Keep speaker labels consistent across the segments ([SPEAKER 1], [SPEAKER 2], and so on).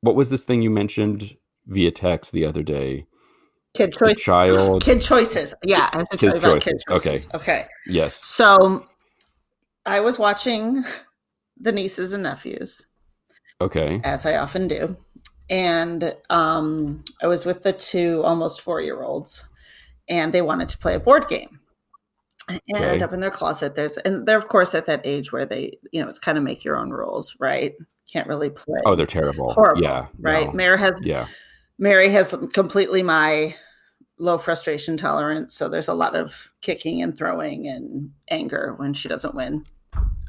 [SPEAKER 1] what was this thing you mentioned via text the other day?
[SPEAKER 2] Kid
[SPEAKER 1] The
[SPEAKER 2] choice.
[SPEAKER 1] child.
[SPEAKER 2] Kid choices. Yeah, I have to
[SPEAKER 1] Kids'
[SPEAKER 2] tell you about kid
[SPEAKER 1] choices.
[SPEAKER 2] choices. Okay.
[SPEAKER 1] Yes.
[SPEAKER 2] So I was watching the nieces and nephews,
[SPEAKER 1] Okay.
[SPEAKER 2] as I often do. And um, I was with the two almost four year olds, and they wanted to play a board game. And
[SPEAKER 1] Okay.
[SPEAKER 2] up in their closet, there's, and they're, of course, at that age where they, you know, it's kind of make your own rules, right? Can't really play.
[SPEAKER 1] Oh, they're terrible.
[SPEAKER 2] Horrible,
[SPEAKER 1] yeah.
[SPEAKER 2] right?
[SPEAKER 1] no,
[SPEAKER 2] Mayor has
[SPEAKER 1] Yeah.
[SPEAKER 2] Mary has completely my low frustration tolerance. So there's a lot of kicking and throwing and anger when she doesn't win.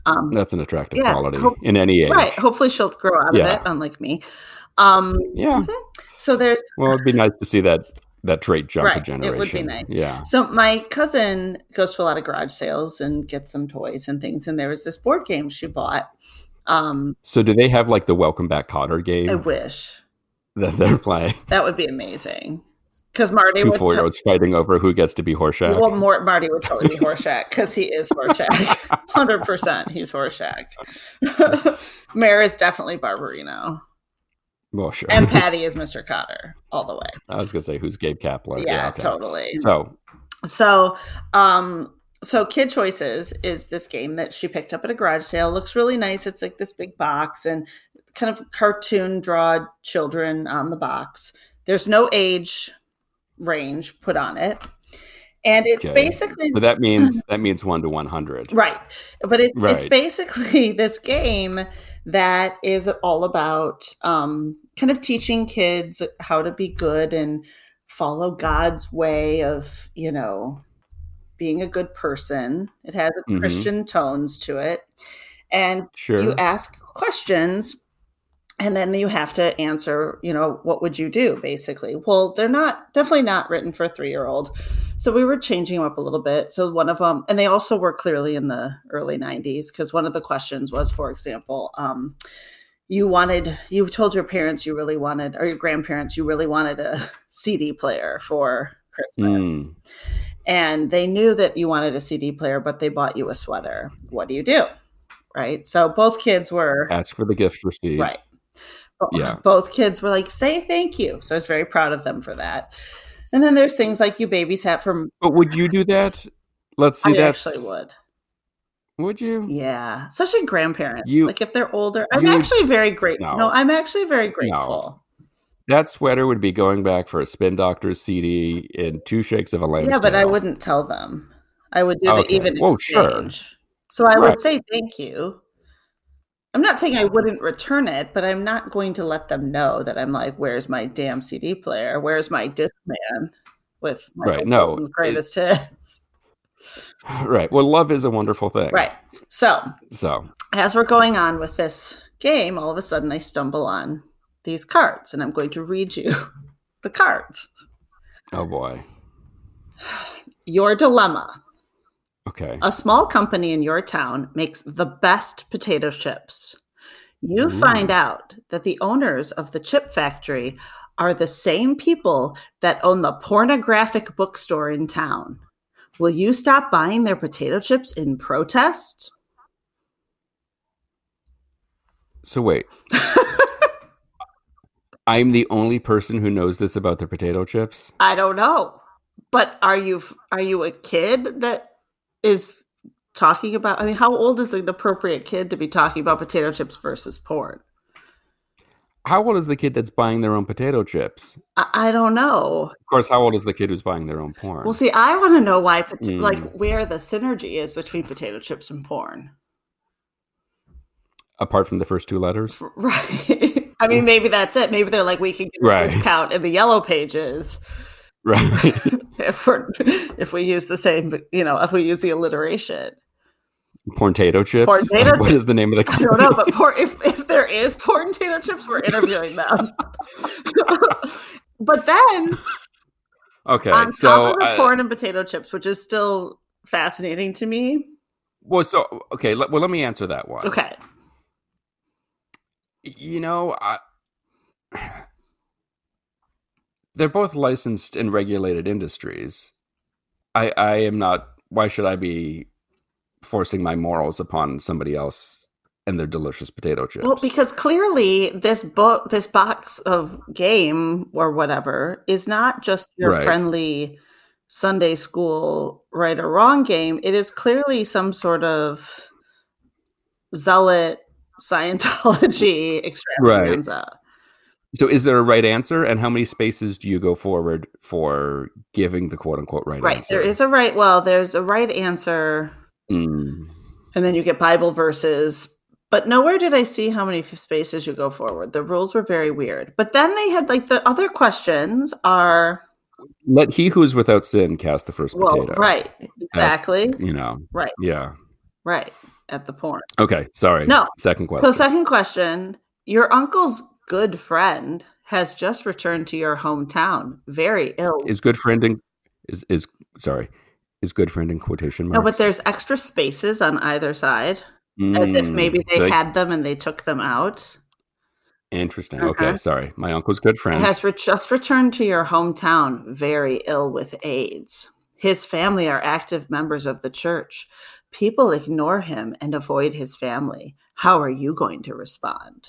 [SPEAKER 2] Um,
[SPEAKER 1] That's an attractive
[SPEAKER 2] Yeah,
[SPEAKER 1] quality
[SPEAKER 2] hope-
[SPEAKER 1] in any age.
[SPEAKER 2] right. Hopefully she'll grow out
[SPEAKER 1] Yeah.
[SPEAKER 2] of it, unlike me. Um,
[SPEAKER 1] Yeah.
[SPEAKER 2] so there's
[SPEAKER 1] Well, it'd be nice to see that that trait jump
[SPEAKER 2] Right,
[SPEAKER 1] a
[SPEAKER 2] it would be
[SPEAKER 1] generation.
[SPEAKER 2] nice.
[SPEAKER 1] Yeah.
[SPEAKER 2] so my cousin goes to a lot of garage sales and gets some toys and things. And there was this board game she bought. Um,
[SPEAKER 1] So do they have like the Welcome Back Cotter game
[SPEAKER 2] I wish
[SPEAKER 1] that they're playing?
[SPEAKER 2] that would be amazing because Marty
[SPEAKER 1] Two
[SPEAKER 2] would
[SPEAKER 1] four year olds fighting over who gets to be Horseshack.
[SPEAKER 2] Well, Mort Marty would totally be Horshack because he is Horshack. Hundred percent, he's Horshack. Mare is definitely Barbarino,
[SPEAKER 1] Well, sure.
[SPEAKER 2] and Patty is Mr. Cotter all the way.
[SPEAKER 1] I was gonna say who's Gabe Kapler.
[SPEAKER 2] Yeah,
[SPEAKER 1] Yeah. okay.
[SPEAKER 2] totally.
[SPEAKER 1] So
[SPEAKER 2] So, um, so Kid Choices is this game that she picked up at a garage sale. Looks really nice. It's like this big box and kind of cartoon draw children on the box. There's no age range put on it, and it's
[SPEAKER 1] Okay.
[SPEAKER 2] basically
[SPEAKER 1] so that means that means one to one hundred.
[SPEAKER 2] Right. But it, it's
[SPEAKER 1] Right.
[SPEAKER 2] basically this game that is all about um, kind of teaching kids how to be good and follow God's way of, you know, being a good person. It has a
[SPEAKER 1] Mhm.
[SPEAKER 2] Christian tones to it. And
[SPEAKER 1] Sure.
[SPEAKER 2] you ask questions and then you have to answer you know what would you do basically well they're not definitely not written for a three year old so we were changing them up a little bit so one of them and they also were clearly in the early 90s because one of the questions was for example um, you wanted you told your parents you really wanted or your grandparents you really wanted a cd player for christmas
[SPEAKER 1] Mm,
[SPEAKER 2] and they knew that you wanted a cd player but they bought you a sweater what do you do right so both kids were
[SPEAKER 1] ask for the gift receipt.
[SPEAKER 2] Right. Bo-
[SPEAKER 1] Yeah.
[SPEAKER 2] Both kids were like, say thank you. So I was very proud of them for that. And then there's things like you babysat for
[SPEAKER 1] But would you do that? Let's see.
[SPEAKER 2] I
[SPEAKER 1] that's
[SPEAKER 2] actually would.
[SPEAKER 1] would you?
[SPEAKER 2] Yeah. Especially grandparents.
[SPEAKER 1] You-
[SPEAKER 2] like if they're older. I'm
[SPEAKER 1] you-
[SPEAKER 2] actually very grateful.
[SPEAKER 1] No.
[SPEAKER 2] No. I'm actually very grateful.
[SPEAKER 1] That sweater would be going back for a spin doctor's CD in two shakes of a lamb's
[SPEAKER 2] yeah, but I
[SPEAKER 1] tail.
[SPEAKER 2] wouldn't tell them. I would do
[SPEAKER 1] Okay.
[SPEAKER 2] the even
[SPEAKER 1] Well, sure.
[SPEAKER 2] exchange. So I
[SPEAKER 1] Right.
[SPEAKER 2] would say thank you. I'm not saying I wouldn't return it, but I'm not going to let them know that I'm like, where's my damn CD player? Where's my Discman with my
[SPEAKER 1] Right, no, it-
[SPEAKER 2] greatest hits?
[SPEAKER 1] Right. Well, love is a wonderful thing.
[SPEAKER 2] Right. So
[SPEAKER 1] So
[SPEAKER 2] as we're going on with this game, all of a sudden I stumble on these cards and I'm going to read you the cards.
[SPEAKER 1] oh boy.
[SPEAKER 2] Your dilemma.
[SPEAKER 1] Okay.
[SPEAKER 2] A small company in your town makes the best potato chips. You
[SPEAKER 1] Ooh.
[SPEAKER 2] find out that the owners of the chip factory are the same people that own the pornographic bookstore in town. Will you stop buying their potato chips in protest?
[SPEAKER 1] So wait. I'm the only person who knows this about their potato chips.
[SPEAKER 2] I don't know. But are you are you a kid that is talking about I mean how old is an appropriate kid to be talking about potato chips versus porn?
[SPEAKER 1] How old is the kid that's buying their own potato chips?
[SPEAKER 2] I, I don't know.
[SPEAKER 1] Of course, how old is the kid who's buying their own porn?
[SPEAKER 2] Well, see, I want to know why, pot-
[SPEAKER 1] Mm.
[SPEAKER 2] like, where the synergy is between potato chips and porn.
[SPEAKER 1] Apart from the first two letters.
[SPEAKER 2] Right. I mean, maybe that's it. Maybe they're like, we can get a
[SPEAKER 1] Mm. Right.
[SPEAKER 2] discount in the yellow pages
[SPEAKER 1] Right.
[SPEAKER 2] if we're if we use the same, you know, if we use the alliteration.
[SPEAKER 1] porn potato chips.
[SPEAKER 2] Porn tato
[SPEAKER 1] What is the name of the
[SPEAKER 2] I
[SPEAKER 1] company?
[SPEAKER 2] don't know, but por- if if there is porn potato chips, we're interviewing them. but then
[SPEAKER 1] Okay.
[SPEAKER 2] on top
[SPEAKER 1] so
[SPEAKER 2] of the
[SPEAKER 1] uh,
[SPEAKER 2] porn and potato chips, which is still fascinating to me.
[SPEAKER 1] well, so okay. Let, well, let me answer that one.
[SPEAKER 2] Okay.
[SPEAKER 1] You know, I, they're both licensed and regulated industries. I, I am not. Why should I be forcing my morals upon somebody else and their delicious potato chips.
[SPEAKER 2] Well, because clearly this book, this box of game or whatever, is not just your
[SPEAKER 1] Right.
[SPEAKER 2] friendly Sunday school right or wrong game. It is clearly some sort of zealot Scientology extravaganza.
[SPEAKER 1] so, is there a right answer, and how many spaces do you go forward for giving the quote unquote right,
[SPEAKER 2] Right.
[SPEAKER 1] answer?
[SPEAKER 2] There is a right. Well, there's a right answer,
[SPEAKER 1] Mm.
[SPEAKER 2] and then you get Bible verses. But nowhere did I see how many f- spaces you go forward. The rules were very weird. But then they had like the other questions are
[SPEAKER 1] Let he who is without sin cast the first
[SPEAKER 2] well,
[SPEAKER 1] potato.
[SPEAKER 2] right, exactly,
[SPEAKER 1] You know.
[SPEAKER 2] Right.
[SPEAKER 1] Yeah.
[SPEAKER 2] right at the porn.
[SPEAKER 1] Okay. Sorry.
[SPEAKER 2] No.
[SPEAKER 1] Second question.
[SPEAKER 2] So, second question: Your uncle's good friend has just returned to your hometown, very ill.
[SPEAKER 1] is good friend in is is sorry is good friend in quotation marks?
[SPEAKER 2] no, but there's extra spaces on either side, as if
[SPEAKER 1] Mm,
[SPEAKER 2] maybe they
[SPEAKER 1] so-
[SPEAKER 2] had them and they took them out.
[SPEAKER 1] Interesting.
[SPEAKER 2] Uh-huh.
[SPEAKER 1] Okay, sorry. My uncle's good friend.
[SPEAKER 2] has re- just returned to your hometown very ill with AIDS. His family are active members of the church. People ignore him and avoid his family. How are you going to respond?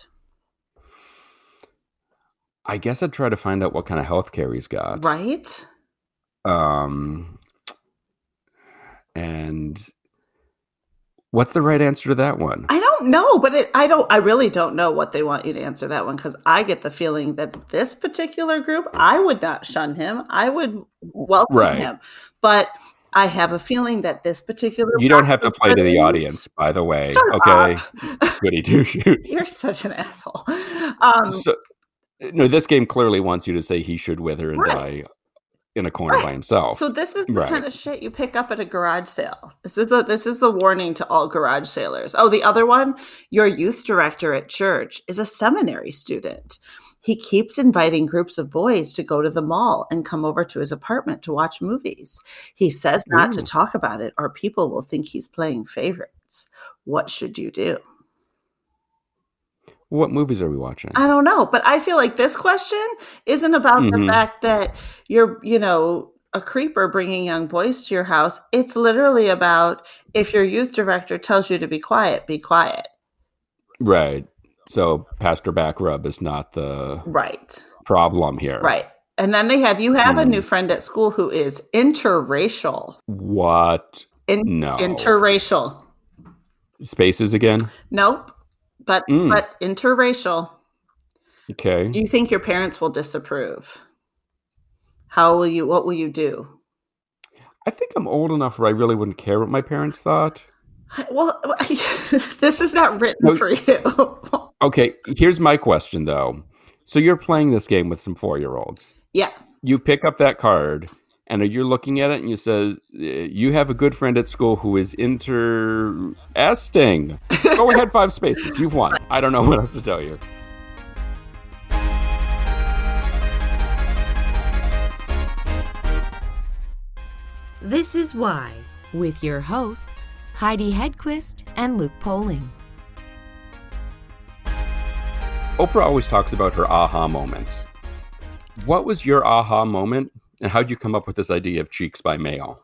[SPEAKER 1] I guess I'd try to find out what kind of health care he's got.
[SPEAKER 2] Right?
[SPEAKER 1] Um and what's the right answer to that one?
[SPEAKER 2] I don't know, but it, I don't. I really don't know what they want you to answer that one because I get the feeling that this particular group, I would not shun him. I would welcome
[SPEAKER 1] Right.
[SPEAKER 2] him, but I have a feeling that this particular
[SPEAKER 1] you don't have to play to the
[SPEAKER 2] Friends-
[SPEAKER 1] audience, by the way.
[SPEAKER 2] Shut
[SPEAKER 1] okay.
[SPEAKER 2] up.
[SPEAKER 1] Goody two shoes.
[SPEAKER 2] You're such an asshole. Um,
[SPEAKER 1] So, no, this game clearly wants you to say he should wither and die
[SPEAKER 2] Right.
[SPEAKER 1] in a corner
[SPEAKER 2] Right.
[SPEAKER 1] by himself.
[SPEAKER 2] so this is the
[SPEAKER 1] Right.
[SPEAKER 2] kind of shit you pick up at a garage sale. This is a this is the warning to all garage sailors. Oh, the other one, your youth director at church is a seminary student. He keeps inviting groups of boys to go to the mall and come over to his apartment to watch movies. He says not to
[SPEAKER 1] Ooh.
[SPEAKER 2] talk about it or people will think he's playing favorites. What should you do?
[SPEAKER 1] what movies are we watching?
[SPEAKER 2] I don't know, but I feel like this question isn't about
[SPEAKER 1] Mhm.
[SPEAKER 2] the fact that you're, you know, a creeper bringing young boys to your house. It's literally about if your youth director tells you to be quiet, be quiet.
[SPEAKER 1] Right. So Pastor Back Rub is not the
[SPEAKER 2] Right.
[SPEAKER 1] problem here.
[SPEAKER 2] Right. And then they have you have a
[SPEAKER 1] Mhm.
[SPEAKER 2] new friend at school who is interracial.
[SPEAKER 1] What?
[SPEAKER 2] In-
[SPEAKER 1] No.
[SPEAKER 2] Interracial.
[SPEAKER 1] Spaces again?
[SPEAKER 2] Nope. But
[SPEAKER 1] Mm.
[SPEAKER 2] but interracial.
[SPEAKER 1] Okay.
[SPEAKER 2] You think your parents will disapprove? How will you what will you do?
[SPEAKER 1] I think I'm old enough where I really wouldn't care what my parents thought.
[SPEAKER 2] Well, this is not written
[SPEAKER 3] Oh.
[SPEAKER 1] No.
[SPEAKER 2] for you.
[SPEAKER 1] Okay. Here's my question, though. So you're playing this game with some four year olds.
[SPEAKER 2] yeah,
[SPEAKER 1] You pick up that card and you're looking at it and you says uh, you have a good friend at school who is interesting go ahead five spaces you've won i don't know what else to tell you
[SPEAKER 4] This is Why, with your hosts, Heidi Hedquist and Luke Poling.
[SPEAKER 1] Oprah always talks about her aha moments. What was your aha moment, and how did you come up with this idea of cheeks by mail?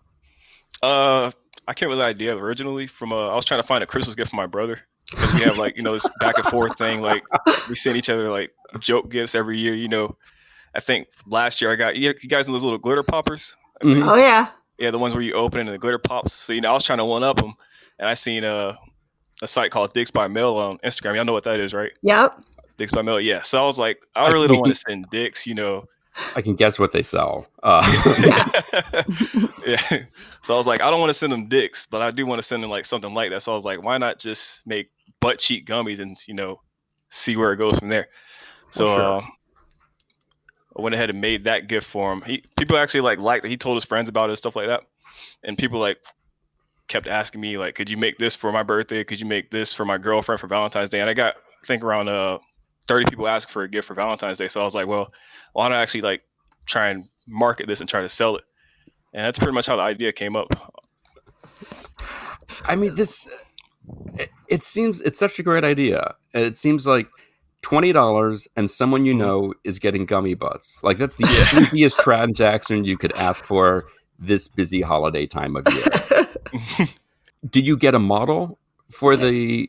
[SPEAKER 3] Uh, I can't really idea originally. From uh, I was trying to find a Christmas gift for my brother because we have like you know this back and forth thing. Like we send each other like joke gifts every year. You know, I think last year I got you you guys know those little glitter poppers.
[SPEAKER 1] Mhm.
[SPEAKER 2] Oh yeah.
[SPEAKER 3] Yeah, the ones where you open it and the glitter pops. So you know, I was trying to one up them, and I seen uh, a site called Dicks by Mail on Instagram. Y'all know what that is, right?
[SPEAKER 2] Yep.
[SPEAKER 3] Dicks by Mail. Yeah. So I was like, I
[SPEAKER 1] I
[SPEAKER 3] really don't
[SPEAKER 1] think-
[SPEAKER 3] want to send dicks. You know,
[SPEAKER 1] I can guess what they sell. Uh,
[SPEAKER 3] yeah. So I was like, I don't want to send them dicks, but I do want to send them like something like that. So I was like, why not just make butt cheek gummies and you know see where it goes from there. So
[SPEAKER 1] Sure.
[SPEAKER 3] um, I went ahead and made that gift for him. He people actually like liked it. He told his friends about it and stuff like that, and people like kept asking me like, could you make this for my birthday? Could you make this for my girlfriend for Valentine's Day? And I got I think around uh 30 people asked for a gift for Valentine's Day. So I was like, well, why not actually like try and market this and try to sell it? And that's pretty much how the idea came up.
[SPEAKER 1] I mean, this it, it seems it's such a great idea, and it seems like twenty dollars and someone you
[SPEAKER 3] Mhm.
[SPEAKER 1] know is getting gummy butts. Like that's the
[SPEAKER 3] Yeah.
[SPEAKER 1] easiest transaction you could ask for this busy holiday time of year. Did you get a model for the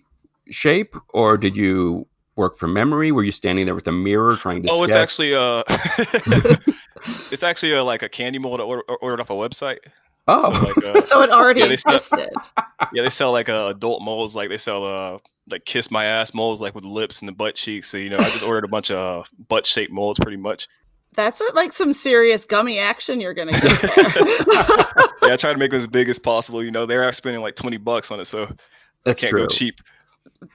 [SPEAKER 1] shape, or did you work from memory? Were you standing there with a mirror trying to?
[SPEAKER 3] Oh, it's
[SPEAKER 1] sketch?
[SPEAKER 3] actually uh, it's actually uh, like a candy mold I order, ordered off a website.
[SPEAKER 1] Oh,
[SPEAKER 3] So like, uh,
[SPEAKER 2] So it already
[SPEAKER 3] Yeah, they sell-
[SPEAKER 2] existed.
[SPEAKER 3] yeah, they sell like uh, adult molds. Like they sell uh, like kiss my ass molds, like with lips and the butt cheeks. So you know, I just ordered a bunch of uh, butt shaped molds, pretty much.
[SPEAKER 2] That's uh, like some serious gummy action you're going to get there.
[SPEAKER 3] Yeah, I tried to make them as big as possible. You know, they're spending like twenty bucks on it, so
[SPEAKER 1] that's
[SPEAKER 3] can't
[SPEAKER 1] true.
[SPEAKER 3] go cheap.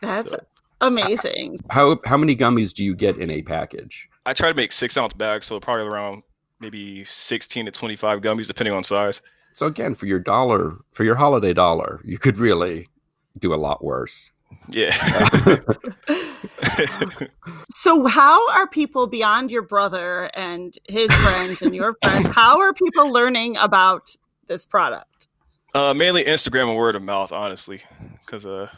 [SPEAKER 2] That's
[SPEAKER 3] So-
[SPEAKER 2] amazing.
[SPEAKER 1] How how many gummies do you get in a package?
[SPEAKER 3] I try to make six ounce bags, so probably around maybe sixteen to twenty five gummies, depending on size.
[SPEAKER 1] So again, for your dollar, for your holiday dollar, you could really do a lot worse.
[SPEAKER 3] Yeah.
[SPEAKER 2] So, how are people beyond your brother and his friends and your friend? How are people learning about this product?
[SPEAKER 3] Uh, mainly Instagram and word of mouth, honestly, because uh,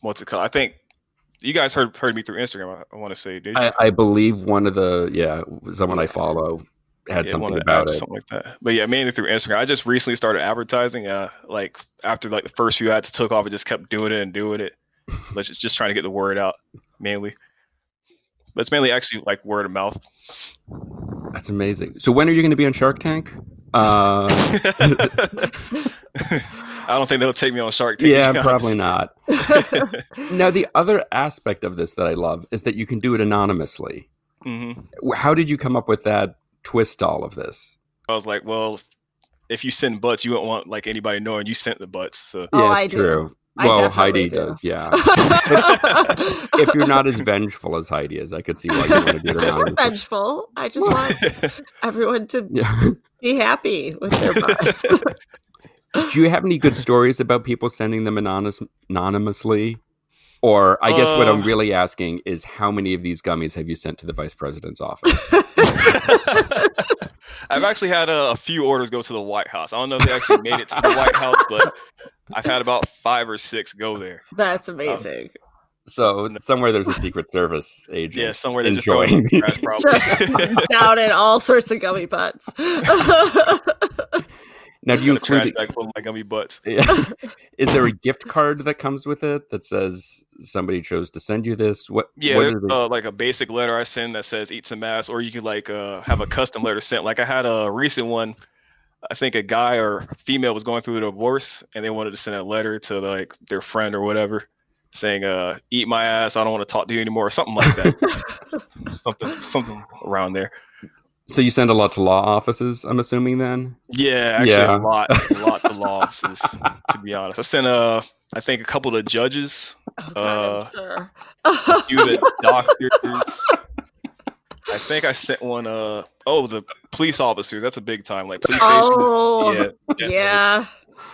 [SPEAKER 3] what's it called? I think you guys heard heard me through Instagram. I, I want to say, did you?
[SPEAKER 1] I, I believe one of the yeah someone I follow had
[SPEAKER 3] Yeah,
[SPEAKER 1] something
[SPEAKER 3] one of the
[SPEAKER 1] about
[SPEAKER 3] apps or
[SPEAKER 1] it.
[SPEAKER 3] something like that. But yeah, mainly through Instagram. I just recently started advertising. Uh, like after like the first few ads took off, I just kept doing it and doing it. Like just, just trying to get the word out mainly. But it's mainly actually like word of mouth.
[SPEAKER 1] That's amazing. So when are you going to be on Shark Tank? Uh,
[SPEAKER 3] I don't think they'll take me on Shark Tank.
[SPEAKER 1] yeah,
[SPEAKER 3] to be
[SPEAKER 1] probably
[SPEAKER 3] honest.
[SPEAKER 1] not. Now the other aspect of this that I love is that you can do it anonymously.
[SPEAKER 3] Mhm.
[SPEAKER 1] How did you come up with that twist? to All of this.
[SPEAKER 3] I was like, well, if you send butts, you wouldn't want like anybody knowing you sent the butts. So
[SPEAKER 2] Oh,
[SPEAKER 1] yeah,
[SPEAKER 2] I
[SPEAKER 1] it's
[SPEAKER 2] do.
[SPEAKER 1] true.
[SPEAKER 2] I
[SPEAKER 1] well,
[SPEAKER 2] definitely
[SPEAKER 1] Heidi
[SPEAKER 2] do.
[SPEAKER 1] does. Yeah. if you're not as vengeful as Heidi is, I could see why you want to do it
[SPEAKER 2] I'm not
[SPEAKER 1] anonymously.
[SPEAKER 2] vengeful. I just want everyone to
[SPEAKER 1] Yeah.
[SPEAKER 2] be happy with their butts.
[SPEAKER 1] Do you have any good stories about people sending them anonymous, anonymously? Or I guess what I'm
[SPEAKER 3] Uh.
[SPEAKER 1] really asking is how many of these gummies have you sent to the vice president's office?
[SPEAKER 3] I've actually had a, a few orders go to the White House. I don't know if they actually made it to the White House, but I've had about five or six go there.
[SPEAKER 2] That's amazing.
[SPEAKER 1] So somewhere there's a Secret Service agent.
[SPEAKER 3] Yeah, somewhere they just throw it in the
[SPEAKER 1] Enjoy.
[SPEAKER 3] trash
[SPEAKER 2] Just
[SPEAKER 3] probably.
[SPEAKER 2] down in all sorts of gummy butts. Oh,
[SPEAKER 1] Now, do you
[SPEAKER 3] Got a trash
[SPEAKER 1] include?
[SPEAKER 3] bag full of my gummy butts.
[SPEAKER 1] is there a gift card that comes with it that says somebody chose to send you this? What?
[SPEAKER 3] Yeah,
[SPEAKER 1] what
[SPEAKER 3] there's
[SPEAKER 1] are the-
[SPEAKER 3] uh, like a basic letter I send that says "eat some ass," or you could like uh, have a custom letter sent. Like I had a recent one. I think a guy or female was going through a divorce, and they wanted to send a letter to like their friend or whatever, saying uh, "eat my ass," I don't want to talk to you anymore, or something like that. something, something around there.
[SPEAKER 1] so you send a lot to law offices, I'm assuming then.
[SPEAKER 3] Yeah, actually
[SPEAKER 1] Yeah.
[SPEAKER 3] a lot, a lot to law offices. to be honest, I sent uh, I think a couple to judges,
[SPEAKER 2] Oh, God,
[SPEAKER 3] Uh,
[SPEAKER 2] I'm sure.
[SPEAKER 3] you the doctors. I think I sent one. Uh oh, the police officer. That's a big time. Like police stations.
[SPEAKER 2] Oh,
[SPEAKER 3] yeah, definitely.
[SPEAKER 2] yeah.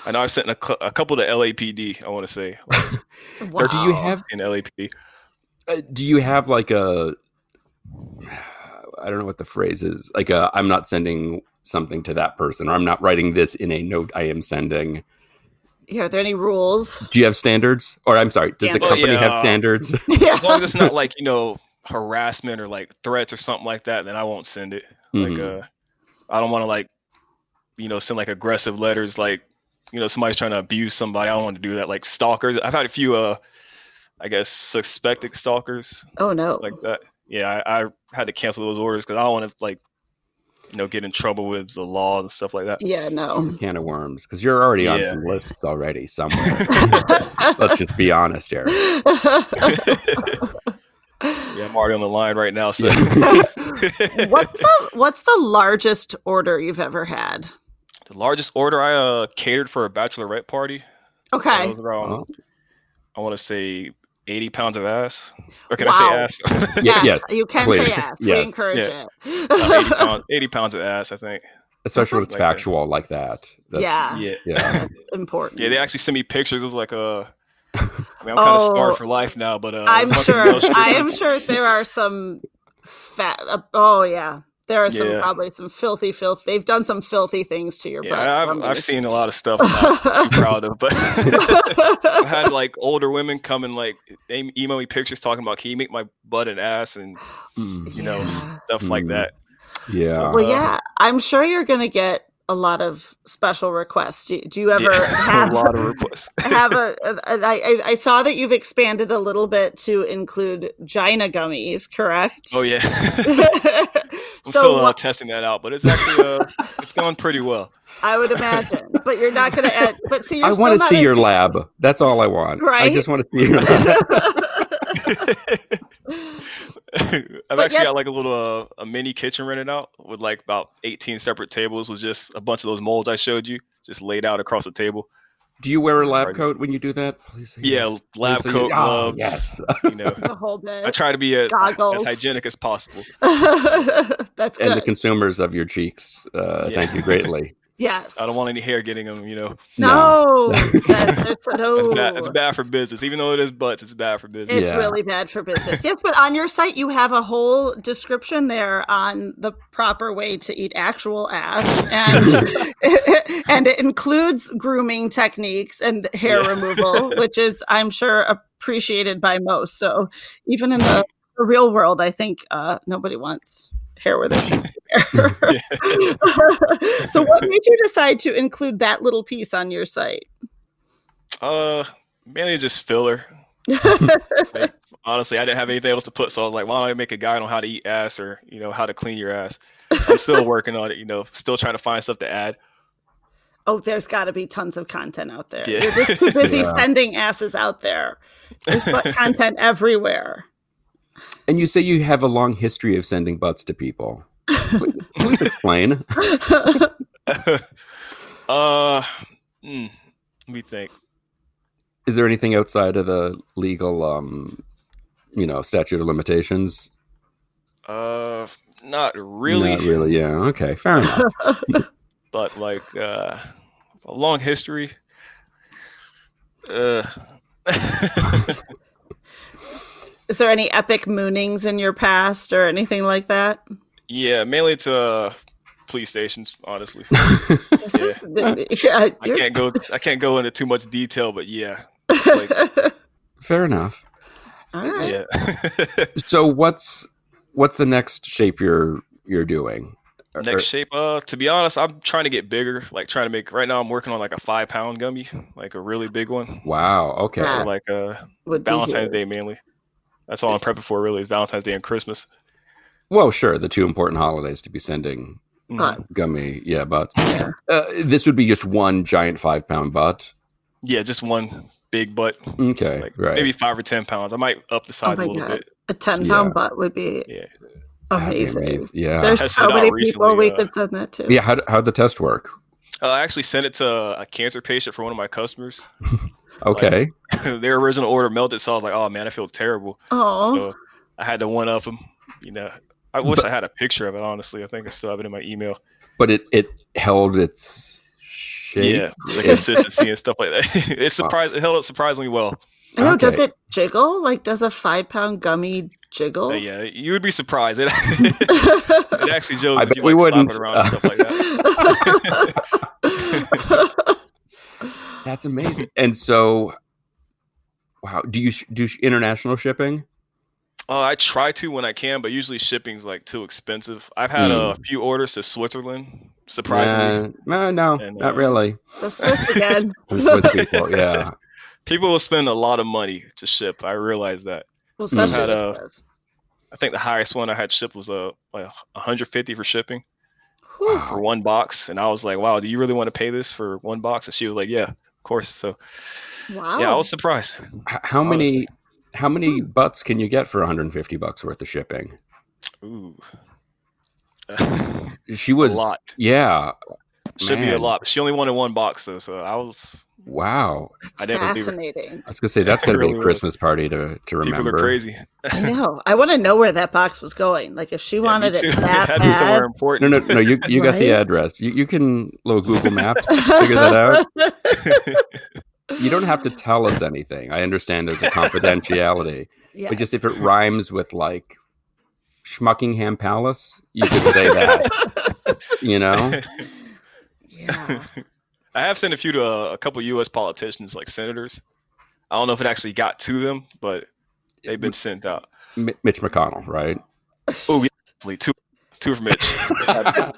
[SPEAKER 3] I know I sent a, cou- a couple to LAPD. I want to say like,
[SPEAKER 2] Wow.
[SPEAKER 1] Do you have?
[SPEAKER 3] in LAPD.
[SPEAKER 1] Uh, do you have like a? I don't know what the phrase is. Like a, I'm not sending something to that person, or I'm not writing this in a note. I am sending.
[SPEAKER 2] Yeah, are there any rules?
[SPEAKER 1] Do you have standards? Or I'm sorry, does the
[SPEAKER 2] Standards.
[SPEAKER 3] Oh,
[SPEAKER 1] company have
[SPEAKER 3] yeah.
[SPEAKER 1] standards?
[SPEAKER 2] yeah.
[SPEAKER 3] As long as it's not like you know harassment or like threats or something like that, then I won't send it. Like
[SPEAKER 1] Mhm.
[SPEAKER 3] uh, I don't want to like you know send like aggressive letters like you know somebody's trying to abuse somebody. I don't want to do that. Like stalkers. I've had a few. Uh, I guess suspected stalkers.
[SPEAKER 2] oh no.
[SPEAKER 3] like that. Yeah, I, I had to cancel those orders because I don't want to like, you know, get in trouble with the law and stuff like that.
[SPEAKER 2] yeah, no.
[SPEAKER 1] can of worms because you're already on
[SPEAKER 3] Yeah.
[SPEAKER 1] some lists already somewhere. Let's just be honest here.
[SPEAKER 3] Yeah, I'm already on the line right now. So
[SPEAKER 2] what's the what's the largest order you've ever had?
[SPEAKER 3] the largest order I uh, catered for a bachelorette party. That
[SPEAKER 2] Okay.
[SPEAKER 3] was around,
[SPEAKER 1] Well,
[SPEAKER 3] I want to say 80 pounds of ass. Or can
[SPEAKER 2] Wow.
[SPEAKER 3] I say ass?
[SPEAKER 1] y-
[SPEAKER 2] Yes,
[SPEAKER 1] yes,
[SPEAKER 2] you can
[SPEAKER 1] please.
[SPEAKER 2] say yes. We
[SPEAKER 1] Yes.
[SPEAKER 2] encourage
[SPEAKER 3] Yeah. Uh, 80,
[SPEAKER 2] it.
[SPEAKER 3] pounds, 80 pounds of ass, I think.
[SPEAKER 1] especially when it's
[SPEAKER 3] Like that.
[SPEAKER 1] factual like that. That's,
[SPEAKER 3] Yeah.
[SPEAKER 1] yeah.
[SPEAKER 2] Important.
[SPEAKER 3] Yeah, they actually sent me pictures. It was like, uh, I mean, I'm kind of
[SPEAKER 2] Oh.
[SPEAKER 3] scarred for life now, but uh,
[SPEAKER 2] I'm
[SPEAKER 3] it's one
[SPEAKER 2] sure.
[SPEAKER 3] of the most-
[SPEAKER 2] I am sure there are some fat. Uh, oh yeah, there are some
[SPEAKER 3] Yeah.
[SPEAKER 2] probably some filthy filth. They've done some filthy things to your
[SPEAKER 3] Yeah,
[SPEAKER 2] butt.
[SPEAKER 3] I've, I've
[SPEAKER 2] gummies.
[SPEAKER 3] seen a lot of stuff I'm not too proud of, but I had like older women come and like em- email me pictures talking about can you make my butt and ass and
[SPEAKER 1] Mm,
[SPEAKER 3] you know
[SPEAKER 2] Yeah.
[SPEAKER 3] stuff like
[SPEAKER 1] Mm.
[SPEAKER 3] that.
[SPEAKER 1] yeah.
[SPEAKER 2] well,
[SPEAKER 3] Uh,
[SPEAKER 2] yeah, I'm sure you're gonna get a lot of special requests. Do, do you ever have
[SPEAKER 3] a lot of requests?
[SPEAKER 2] have a, a, a I, I saw that you've expanded a little bit to include Gina gummies, correct?
[SPEAKER 3] oh yeah, I'm
[SPEAKER 2] so
[SPEAKER 3] still uh,
[SPEAKER 2] what-
[SPEAKER 3] testing that out, but it's actually uh, it's going pretty well.
[SPEAKER 2] I would imagine, but you're not going to add. But see, you're
[SPEAKER 1] I want to
[SPEAKER 2] still not
[SPEAKER 1] see
[SPEAKER 2] in-
[SPEAKER 1] your lab. That's all I want. I
[SPEAKER 2] Right?
[SPEAKER 1] just want to see your lab.
[SPEAKER 3] I've
[SPEAKER 2] But
[SPEAKER 3] actually
[SPEAKER 2] yet-
[SPEAKER 3] got like a little uh, a mini kitchen rented out with like about 18 separate tables with just a bunch of those molds I showed you just laid out across the table.
[SPEAKER 1] Do you wear a lab
[SPEAKER 3] Right.
[SPEAKER 1] coat when you do that? Please. say
[SPEAKER 3] Yeah,
[SPEAKER 1] yes.
[SPEAKER 3] lab
[SPEAKER 1] Please say
[SPEAKER 3] coat,
[SPEAKER 1] yes. Oh,
[SPEAKER 3] gloves.
[SPEAKER 1] yes.
[SPEAKER 3] You know,
[SPEAKER 2] the whole
[SPEAKER 3] I
[SPEAKER 2] bit.
[SPEAKER 3] try to be a, as
[SPEAKER 2] Goggles.
[SPEAKER 3] hygienic as possible.
[SPEAKER 2] That's
[SPEAKER 1] And the
[SPEAKER 2] good.
[SPEAKER 1] consumers of your cheeks. Uh,
[SPEAKER 3] Yeah.
[SPEAKER 1] Thank you greatly.
[SPEAKER 2] yes.
[SPEAKER 3] I don't want any hair getting them. You know,
[SPEAKER 1] No.
[SPEAKER 2] No, That- that's no.
[SPEAKER 3] it's bad. It's bad for business. Even though it is butts, it's bad for business.
[SPEAKER 2] It's
[SPEAKER 1] Yeah.
[SPEAKER 2] really bad for business. Yes, but on your site you have a whole description there on the proper way to eat actual ass, and and it includes grooming techniques and hair
[SPEAKER 3] Yeah.
[SPEAKER 2] removal, which is I'm sure appreciated by most. So even in the, the real world, I think uh, nobody wants hair where there should be hair. so what made you decide to include that little piece on your site?
[SPEAKER 3] Uh, mainly just filler. Like, honestly, I didn't have anything else to put, so I was like, why don't I make a guide on how to eat ass or you know how to clean your ass? So I'm still working on it. You know, still trying to find stuff to add.
[SPEAKER 2] Oh, there's got to be tons of content out there.
[SPEAKER 3] Yeah.
[SPEAKER 2] You're just too busy
[SPEAKER 1] Yeah.
[SPEAKER 2] sending asses out there. There's butt content everywhere.
[SPEAKER 1] And you say you have a long history of sending butts to people. Please, please explain.
[SPEAKER 3] uh, hmm, let me think.
[SPEAKER 1] Is there anything outside of the legal, um, you know, statute of limitations?
[SPEAKER 3] Uh, not really.
[SPEAKER 1] Not really. Yeah. Okay. Fair enough.
[SPEAKER 3] But like uh, a long history. Uh.
[SPEAKER 2] Is there any epic moonings in your past or anything like that?
[SPEAKER 3] yeah, mainly to uh, police stations, honestly.
[SPEAKER 2] This
[SPEAKER 3] Yeah.
[SPEAKER 2] is yeah,
[SPEAKER 3] I
[SPEAKER 2] you're-
[SPEAKER 3] can't go. I can't go into too much detail, but yeah, it's like,
[SPEAKER 1] Fair enough.
[SPEAKER 2] All right.
[SPEAKER 3] yeah.
[SPEAKER 1] So what's what's the next shape you're you're doing? Or- or-
[SPEAKER 3] Next shape. Uh, to be honest, I'm trying to get bigger. Like trying to make. Right now, I'm working on like a five pound gummy, like a really big one.
[SPEAKER 1] Wow. Okay.
[SPEAKER 3] For,
[SPEAKER 2] Wow.
[SPEAKER 3] like uh,
[SPEAKER 2] Would be
[SPEAKER 3] Valentine's
[SPEAKER 2] huge.
[SPEAKER 3] Day mainly. That's all I'm prepping for really is Valentine's Day and Christmas.
[SPEAKER 1] Well, sure. The two important holidays to be sending
[SPEAKER 3] Mm.
[SPEAKER 2] But-
[SPEAKER 1] gummy. Yeah, but
[SPEAKER 2] Yeah.
[SPEAKER 1] uh, this would be just one giant five pound butt.
[SPEAKER 3] Yeah, just one big butt. Just,
[SPEAKER 1] Okay.
[SPEAKER 3] like,
[SPEAKER 1] right.
[SPEAKER 3] Maybe five or ten pounds. I might up the size
[SPEAKER 2] Oh my
[SPEAKER 3] a little
[SPEAKER 2] God.
[SPEAKER 3] bit.
[SPEAKER 2] A 10 pound
[SPEAKER 1] Yeah.
[SPEAKER 2] butt would be
[SPEAKER 3] Yeah.
[SPEAKER 1] That'd be
[SPEAKER 2] amazing.
[SPEAKER 1] amazing. Yeah.
[SPEAKER 3] I
[SPEAKER 2] Oh, There's
[SPEAKER 3] said
[SPEAKER 2] so
[SPEAKER 3] that
[SPEAKER 2] many
[SPEAKER 3] recently,
[SPEAKER 2] people we
[SPEAKER 3] uh,
[SPEAKER 2] could send that to.
[SPEAKER 1] yeah. How how'd the test work?
[SPEAKER 3] Uh, I actually sent it to a cancer patient for one of my customers.
[SPEAKER 1] Okay.
[SPEAKER 3] Their original order melted, so I was like, "Oh man, I feel terrible."
[SPEAKER 2] Oh,
[SPEAKER 3] So I had to one up him. You know, I wish I had a picture of it. Honestly, I think I still have it in my email.
[SPEAKER 1] but it it held its shape.
[SPEAKER 3] Yeah, the
[SPEAKER 1] It-
[SPEAKER 3] consistency and stuff like that. it surprised. It held up surprisingly well.
[SPEAKER 2] I know. Does
[SPEAKER 1] okay.
[SPEAKER 2] it jiggle? Like, does a five pound gummy jiggle?
[SPEAKER 3] But Uh, yeah, you would be surprised. It, it actually
[SPEAKER 1] I
[SPEAKER 3] jiggles if
[SPEAKER 1] bet
[SPEAKER 3] you
[SPEAKER 1] we
[SPEAKER 3] like slap
[SPEAKER 1] wouldn't. uh,
[SPEAKER 3] it around and stuff like that.
[SPEAKER 1] That's amazing. And so, wow. Do you sh- do sh- international shipping?
[SPEAKER 3] Uh, I try to when I can, but usually shipping's like too expensive. I've had
[SPEAKER 1] Hmm.
[SPEAKER 3] a few orders to Switzerland, surprisingly.
[SPEAKER 1] Uh, no, no,
[SPEAKER 3] And,
[SPEAKER 1] not
[SPEAKER 3] uh,
[SPEAKER 1] really.
[SPEAKER 2] the Swiss again.
[SPEAKER 1] The Swiss people, yeah.
[SPEAKER 3] People will spend a lot of money to ship. I realize that.
[SPEAKER 2] Well, especially
[SPEAKER 3] Had,
[SPEAKER 2] with
[SPEAKER 3] uh,
[SPEAKER 2] this.
[SPEAKER 3] I think the highest one I had shipped was uh, like 150 for shipping.
[SPEAKER 2] Whew.
[SPEAKER 3] for
[SPEAKER 1] Wow.
[SPEAKER 3] one box and i was like wow do you really want to pay this for one box and she was like yeah of course so
[SPEAKER 2] Wow.
[SPEAKER 3] yeah i was surprised
[SPEAKER 1] H- How many how many butts can you get for 150 bucks worth of shipping?
[SPEAKER 3] ooh
[SPEAKER 1] She was
[SPEAKER 3] lot.
[SPEAKER 1] Yeah.
[SPEAKER 3] should be a
[SPEAKER 1] Man.
[SPEAKER 3] lot but she only wanted one box though so i was
[SPEAKER 1] Wow.
[SPEAKER 2] That's
[SPEAKER 3] I never do.
[SPEAKER 2] fascinating.
[SPEAKER 1] I was gonna say that's gonna
[SPEAKER 3] Really
[SPEAKER 1] be a
[SPEAKER 3] was.
[SPEAKER 1] Christmas party to to remember.
[SPEAKER 3] people are crazy
[SPEAKER 2] I know. I want to know where that box was going. Like, if she
[SPEAKER 3] Yeah, me
[SPEAKER 2] wanted
[SPEAKER 3] too.
[SPEAKER 2] it
[SPEAKER 3] It
[SPEAKER 2] that
[SPEAKER 3] had to be
[SPEAKER 2] bad.
[SPEAKER 3] somewhere
[SPEAKER 1] No,
[SPEAKER 3] important
[SPEAKER 1] no, no. You you got the
[SPEAKER 2] Right?
[SPEAKER 1] address. You you can little Google Maps figure that out. You don't have to tell us anything. I understand there's a confidentiality,
[SPEAKER 2] Yes.
[SPEAKER 1] but just if it rhymes with like Schmuckingham Palace, you could say that. you know,
[SPEAKER 2] yeah.
[SPEAKER 3] i have sent a few to uh, a couple u.s politicians like senators i don't know if it actually got to them but they've been sent out
[SPEAKER 1] M- Mitch McConnell, right?
[SPEAKER 3] oh yeah, probably two two from each. Uh,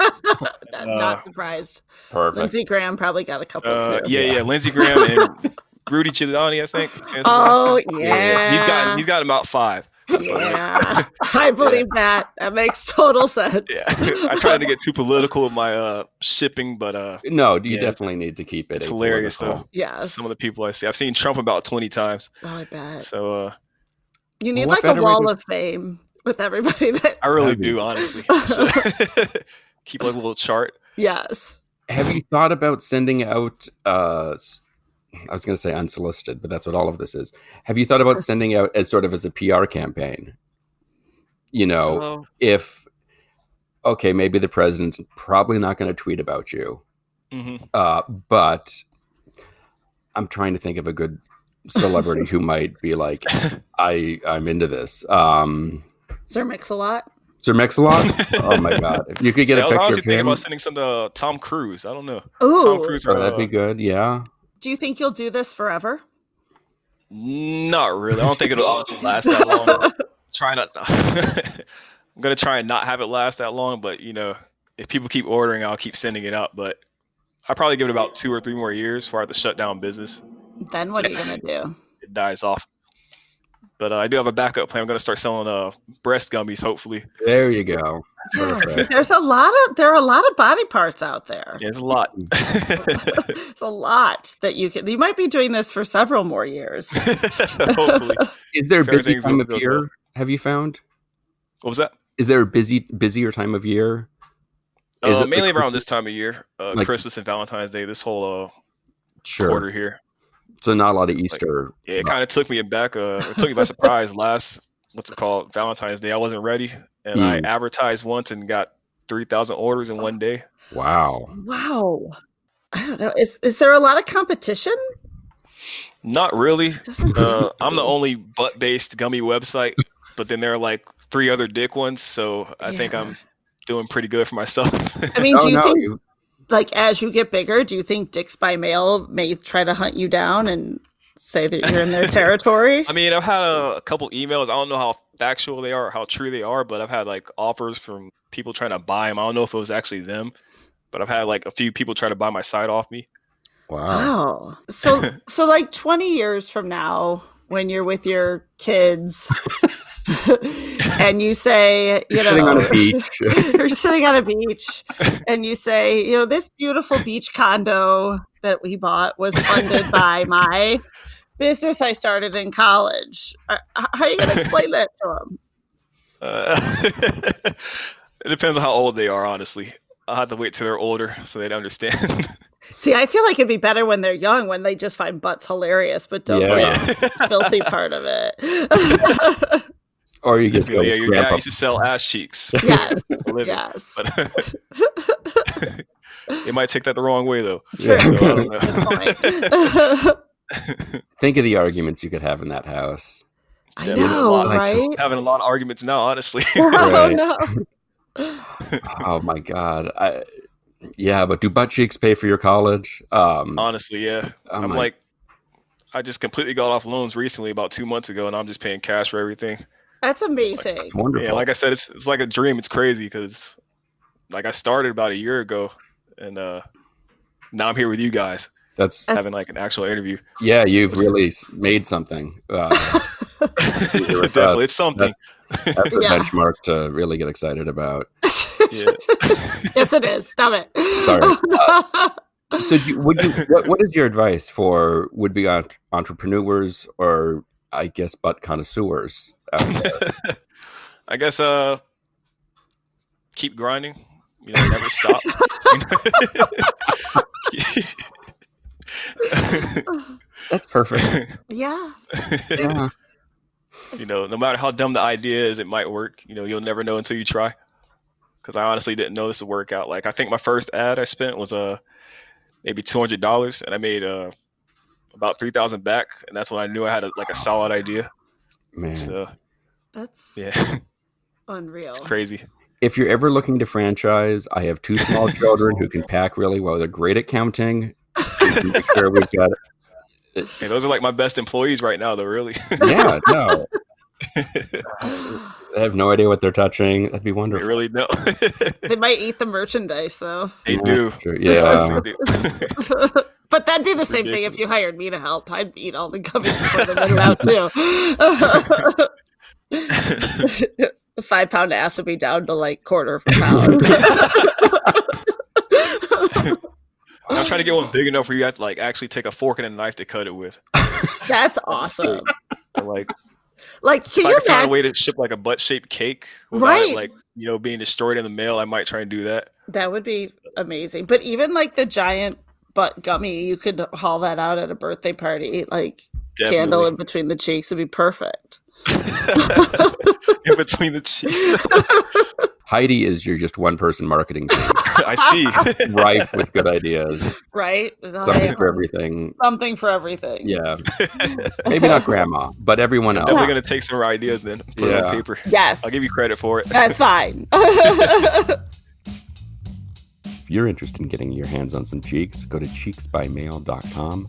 [SPEAKER 2] Not surprised.
[SPEAKER 1] Perfect.
[SPEAKER 2] Lindsey Graham probably got a couple
[SPEAKER 3] Uh,
[SPEAKER 2] too.
[SPEAKER 3] yeah, yeah, Lindsey Graham and Rudy Giuliani, I think. is his
[SPEAKER 2] Oh
[SPEAKER 3] last name. he's
[SPEAKER 2] yeah.
[SPEAKER 3] got he's got about five.
[SPEAKER 2] Yeah, I believe that. That makes total sense.
[SPEAKER 3] Yeah, I tried to get too political with my uh shipping, but uh,
[SPEAKER 1] No, you
[SPEAKER 3] Yeah.
[SPEAKER 1] definitely need to keep it.
[SPEAKER 3] It's hilarious,
[SPEAKER 1] apolitical.
[SPEAKER 3] though.
[SPEAKER 2] Yes.
[SPEAKER 3] some of the people I see, I've seen Trump about twenty times.
[SPEAKER 2] oh, I bet.
[SPEAKER 3] So uh,
[SPEAKER 2] You need
[SPEAKER 1] What
[SPEAKER 2] like a
[SPEAKER 1] better way
[SPEAKER 2] wall
[SPEAKER 1] to-
[SPEAKER 2] of fame with everybody that.
[SPEAKER 3] I really
[SPEAKER 1] That'd be-
[SPEAKER 3] do, honestly. Keep like a little chart.
[SPEAKER 2] Yes.
[SPEAKER 1] Have you thought about sending out? Uh, s- I was going to say unsolicited, but that's what all of this is. Have you thought about sending out as sort of as a PR campaign? You know,
[SPEAKER 3] Uh-huh.
[SPEAKER 1] if okay, maybe the president's probably not going to tweet about you,
[SPEAKER 3] hmm
[SPEAKER 1] uh, but I'm trying to think of a good celebrity who might be like, I I'm into this. Um,
[SPEAKER 2] Sir Mix a lot.
[SPEAKER 1] Sir Mix-a-Lot. oh my god, if you could get
[SPEAKER 3] I
[SPEAKER 1] a
[SPEAKER 3] was
[SPEAKER 1] picture
[SPEAKER 3] honestly
[SPEAKER 1] of
[SPEAKER 3] thinking
[SPEAKER 1] him,
[SPEAKER 3] about sending some to uh, Tom Cruise. I don't know. Tom
[SPEAKER 2] Ooh.
[SPEAKER 3] Cruise.
[SPEAKER 1] oh,
[SPEAKER 3] or,
[SPEAKER 1] that'd be
[SPEAKER 3] uh,
[SPEAKER 1] good. Yeah.
[SPEAKER 2] Do you think you'll do this forever?
[SPEAKER 3] Not really. I don't think it'll honestly last that long. try not. I'm gonna try and not have it last that long, but you know, if people keep ordering, I'll keep sending it out. But I probably give it about two or three more years before I have to shut down business.
[SPEAKER 2] Then what are you gonna do?
[SPEAKER 3] It dies off. But uh, I do have a backup plan. I'm gonna start selling uh breast gummies, hopefully.
[SPEAKER 1] There you go.
[SPEAKER 2] Yes.
[SPEAKER 1] Perfect.
[SPEAKER 2] There's a lot of there are a lot of body parts out there.
[SPEAKER 3] Yeah, it's a lot.
[SPEAKER 2] It's a lot that you can. You might be doing this for several more years.
[SPEAKER 3] hopefully.
[SPEAKER 1] Is there a
[SPEAKER 3] If
[SPEAKER 1] busy
[SPEAKER 3] everything's
[SPEAKER 1] time of
[SPEAKER 3] goes
[SPEAKER 1] year?
[SPEAKER 3] well.
[SPEAKER 1] Have you found?
[SPEAKER 3] What was that?
[SPEAKER 1] Is there a busy busier time of year? Is
[SPEAKER 3] Uh,
[SPEAKER 1] it
[SPEAKER 3] mainly
[SPEAKER 1] like-
[SPEAKER 3] around this time of year, uh,
[SPEAKER 1] like-
[SPEAKER 3] Christmas and Valentine's Day. This whole uh,
[SPEAKER 1] Sure.
[SPEAKER 3] quarter here.
[SPEAKER 1] So not a lot of
[SPEAKER 3] It's like-
[SPEAKER 1] Easter.
[SPEAKER 3] Yeah, it kind of took me back. Uh, it took me by surprise. Last what's it called? Valentine's Day. I wasn't ready, and I
[SPEAKER 1] Mm.
[SPEAKER 3] advertised once and got three thousand orders in one day.
[SPEAKER 1] wow.
[SPEAKER 2] Wow. I don't know. Is is there a lot of competition?
[SPEAKER 3] Not really.
[SPEAKER 2] Doesn't seem-
[SPEAKER 3] Uh, I'm the only butt-based gummy website, but then there are like three other dick ones. So I think
[SPEAKER 2] Yeah.
[SPEAKER 3] I'm doing pretty good for myself.
[SPEAKER 2] I mean, do
[SPEAKER 1] oh
[SPEAKER 2] you
[SPEAKER 1] no,
[SPEAKER 2] think
[SPEAKER 1] you-
[SPEAKER 2] like as you get bigger, do you think dicks by mail may try to hunt you down and say that you're in their territory?
[SPEAKER 3] I mean, I've had a, a couple emails. I don't know how factual they are, or how true they are, but I've had like offers from people trying to buy them. I don't know if it was actually them, but I've had like a few people try to buy my site off me.
[SPEAKER 1] wow.
[SPEAKER 2] Wow. Oh, So so like 20 years from now when you're with your kids and you say, you
[SPEAKER 1] You're
[SPEAKER 2] know,
[SPEAKER 1] sitting on a beach.
[SPEAKER 2] you're sitting on a beach and you say, you know, this beautiful beach condo that we bought was funded by my business I started in college. Uh, How are you going to explain that to them?
[SPEAKER 3] Uh, it depends on how old they are, honestly. I'll have to wait till they're older so they'd understand.
[SPEAKER 2] See, I feel like it'd be better when they're young, when they just find butts hilarious, but don't
[SPEAKER 1] Yeah.
[SPEAKER 2] like the filthy part of it.
[SPEAKER 1] or you just
[SPEAKER 3] yeah,
[SPEAKER 1] go
[SPEAKER 3] your dad
[SPEAKER 1] grandpa.
[SPEAKER 3] used to sell ass cheeks. for
[SPEAKER 2] yes,
[SPEAKER 3] a living,
[SPEAKER 2] yes.
[SPEAKER 3] But they might take that the wrong way, though.
[SPEAKER 1] Yeah.
[SPEAKER 3] So I don't
[SPEAKER 2] Good point.
[SPEAKER 3] know.
[SPEAKER 1] Think of the arguments you could have in that house.
[SPEAKER 2] I
[SPEAKER 3] Yeah, there's a
[SPEAKER 2] know,
[SPEAKER 3] lot
[SPEAKER 1] of just-
[SPEAKER 2] right?
[SPEAKER 3] Having a lot of arguments now, honestly.
[SPEAKER 1] Hmm. Right.
[SPEAKER 2] Oh no!
[SPEAKER 1] Oh my god. I, yeah, but do butt cheeks pay for your college? Um,
[SPEAKER 3] honestly, yeah.
[SPEAKER 1] oh
[SPEAKER 3] I'm
[SPEAKER 1] my-
[SPEAKER 3] like, I just completely got off loans recently about two months ago, and I'm just paying cash for everything.
[SPEAKER 2] That's amazing.
[SPEAKER 1] it's wonderful.
[SPEAKER 3] Yeah, like I said, it's it's like a dream. It's crazy because, like, I started about a year ago, and uh, now I'm here with you guys
[SPEAKER 1] That's
[SPEAKER 2] That's-
[SPEAKER 3] having like an actual interview.
[SPEAKER 1] yeah. You've really s- made something. Uh,
[SPEAKER 3] Definitely, it's something.
[SPEAKER 1] that's a
[SPEAKER 2] Yeah.
[SPEAKER 1] benchmark to really get excited about.
[SPEAKER 3] Yeah.
[SPEAKER 2] yes, it is. Stop it.
[SPEAKER 1] Sorry. Uh, so do you, would you what, what is your advice for would be ent- entrepreneurs or i guess butt connoisseurs out there?
[SPEAKER 3] I guess uh, keep grinding. You know, never stop.
[SPEAKER 1] that's perfect
[SPEAKER 2] yeah.
[SPEAKER 1] yeah
[SPEAKER 3] you know, no matter how dumb the idea is, it might work. You know, you'll never know until you try. Because I honestly didn't know this would work out. Like, I think my first ad I spent was uh maybe two hundred dollars, and I made uh about three thousand back, and that's when I knew I had a, like a solid idea.
[SPEAKER 1] man
[SPEAKER 3] So
[SPEAKER 2] That's
[SPEAKER 3] yeah,
[SPEAKER 2] unreal.
[SPEAKER 3] it's crazy.
[SPEAKER 1] if you're ever looking to franchise i have two small children who can pack really well they're great at counting Make sure we've got it.
[SPEAKER 3] And those are like my best employees right now, though. Really,
[SPEAKER 1] yeah no I have no idea what they're touching. That'd be
[SPEAKER 3] they
[SPEAKER 1] wonderful.
[SPEAKER 3] really don't.
[SPEAKER 2] They might eat the merchandise though.
[SPEAKER 3] they
[SPEAKER 1] Yeah,
[SPEAKER 3] do.
[SPEAKER 1] that's true.
[SPEAKER 3] They honestly
[SPEAKER 1] Yeah. um,
[SPEAKER 3] do.
[SPEAKER 2] but that'd be the same thing if you hired me to help. I'd eat all the gummies before they went out too. the five pound ass would be down to like quarter of a pound.
[SPEAKER 3] I'm trying to get one big enough where you have to like actually take a fork and a knife to cut it with.
[SPEAKER 2] That's awesome.
[SPEAKER 3] Or, like
[SPEAKER 2] Like, can
[SPEAKER 3] if I
[SPEAKER 2] you
[SPEAKER 3] could find a
[SPEAKER 2] imagine?
[SPEAKER 3] way to ship like a butt shaped cake without it,
[SPEAKER 2] Right.
[SPEAKER 3] like you know being destroyed in the mail, I might try and do that.
[SPEAKER 2] That would be amazing. But even like the giant butt gummy, you could haul that out at a birthday party, like
[SPEAKER 3] Definitely.
[SPEAKER 2] candle in between the cheeks would be perfect.
[SPEAKER 3] in between the cheeks.
[SPEAKER 1] Heidi is your just one person marketing team,
[SPEAKER 3] I see.
[SPEAKER 1] rife with good ideas,
[SPEAKER 2] Right?
[SPEAKER 1] something for everything.
[SPEAKER 2] Something for everything.
[SPEAKER 1] Yeah, maybe not grandma, but everyone else.
[SPEAKER 3] Definitely gonna take some of our ideas then. Put it
[SPEAKER 1] Yeah.
[SPEAKER 3] on paper.
[SPEAKER 2] Yes.
[SPEAKER 3] I'll give you credit for it.
[SPEAKER 2] That's fine.
[SPEAKER 1] If you're interested in getting your hands on some cheeks, go to cheeksbymail.com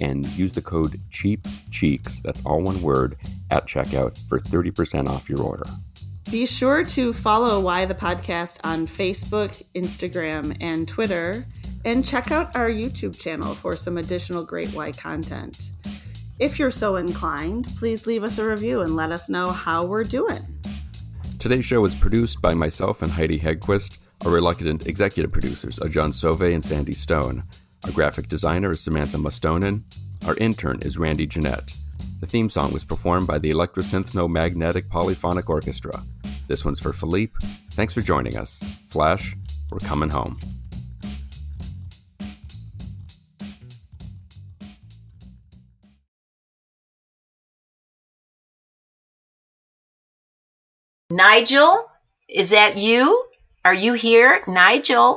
[SPEAKER 1] and use the code CHEAPCHEEKS, that's all one word, at checkout for 30% off your order.
[SPEAKER 2] Be sure to follow Why the Podcast on Facebook, Instagram, and Twitter, and check out our YouTube channel for some additional great Why content. If you're so inclined, please leave us a review and let us know how we're doing.
[SPEAKER 1] Today's show is produced by myself and Heidi Hegquist. Our reluctant executive producers are John Sove and Sandy Stone. Our graphic designer is Samantha Mustonen. Our intern is Randy Jeanette. The theme song was performed by the Electrosynthnomagnetic Magnetic Polyphonic Orchestra. This one's for Philippe. Thanks for joining us. Flash, we're coming home.
[SPEAKER 5] Nigel, is that you? Are you here? Nigel?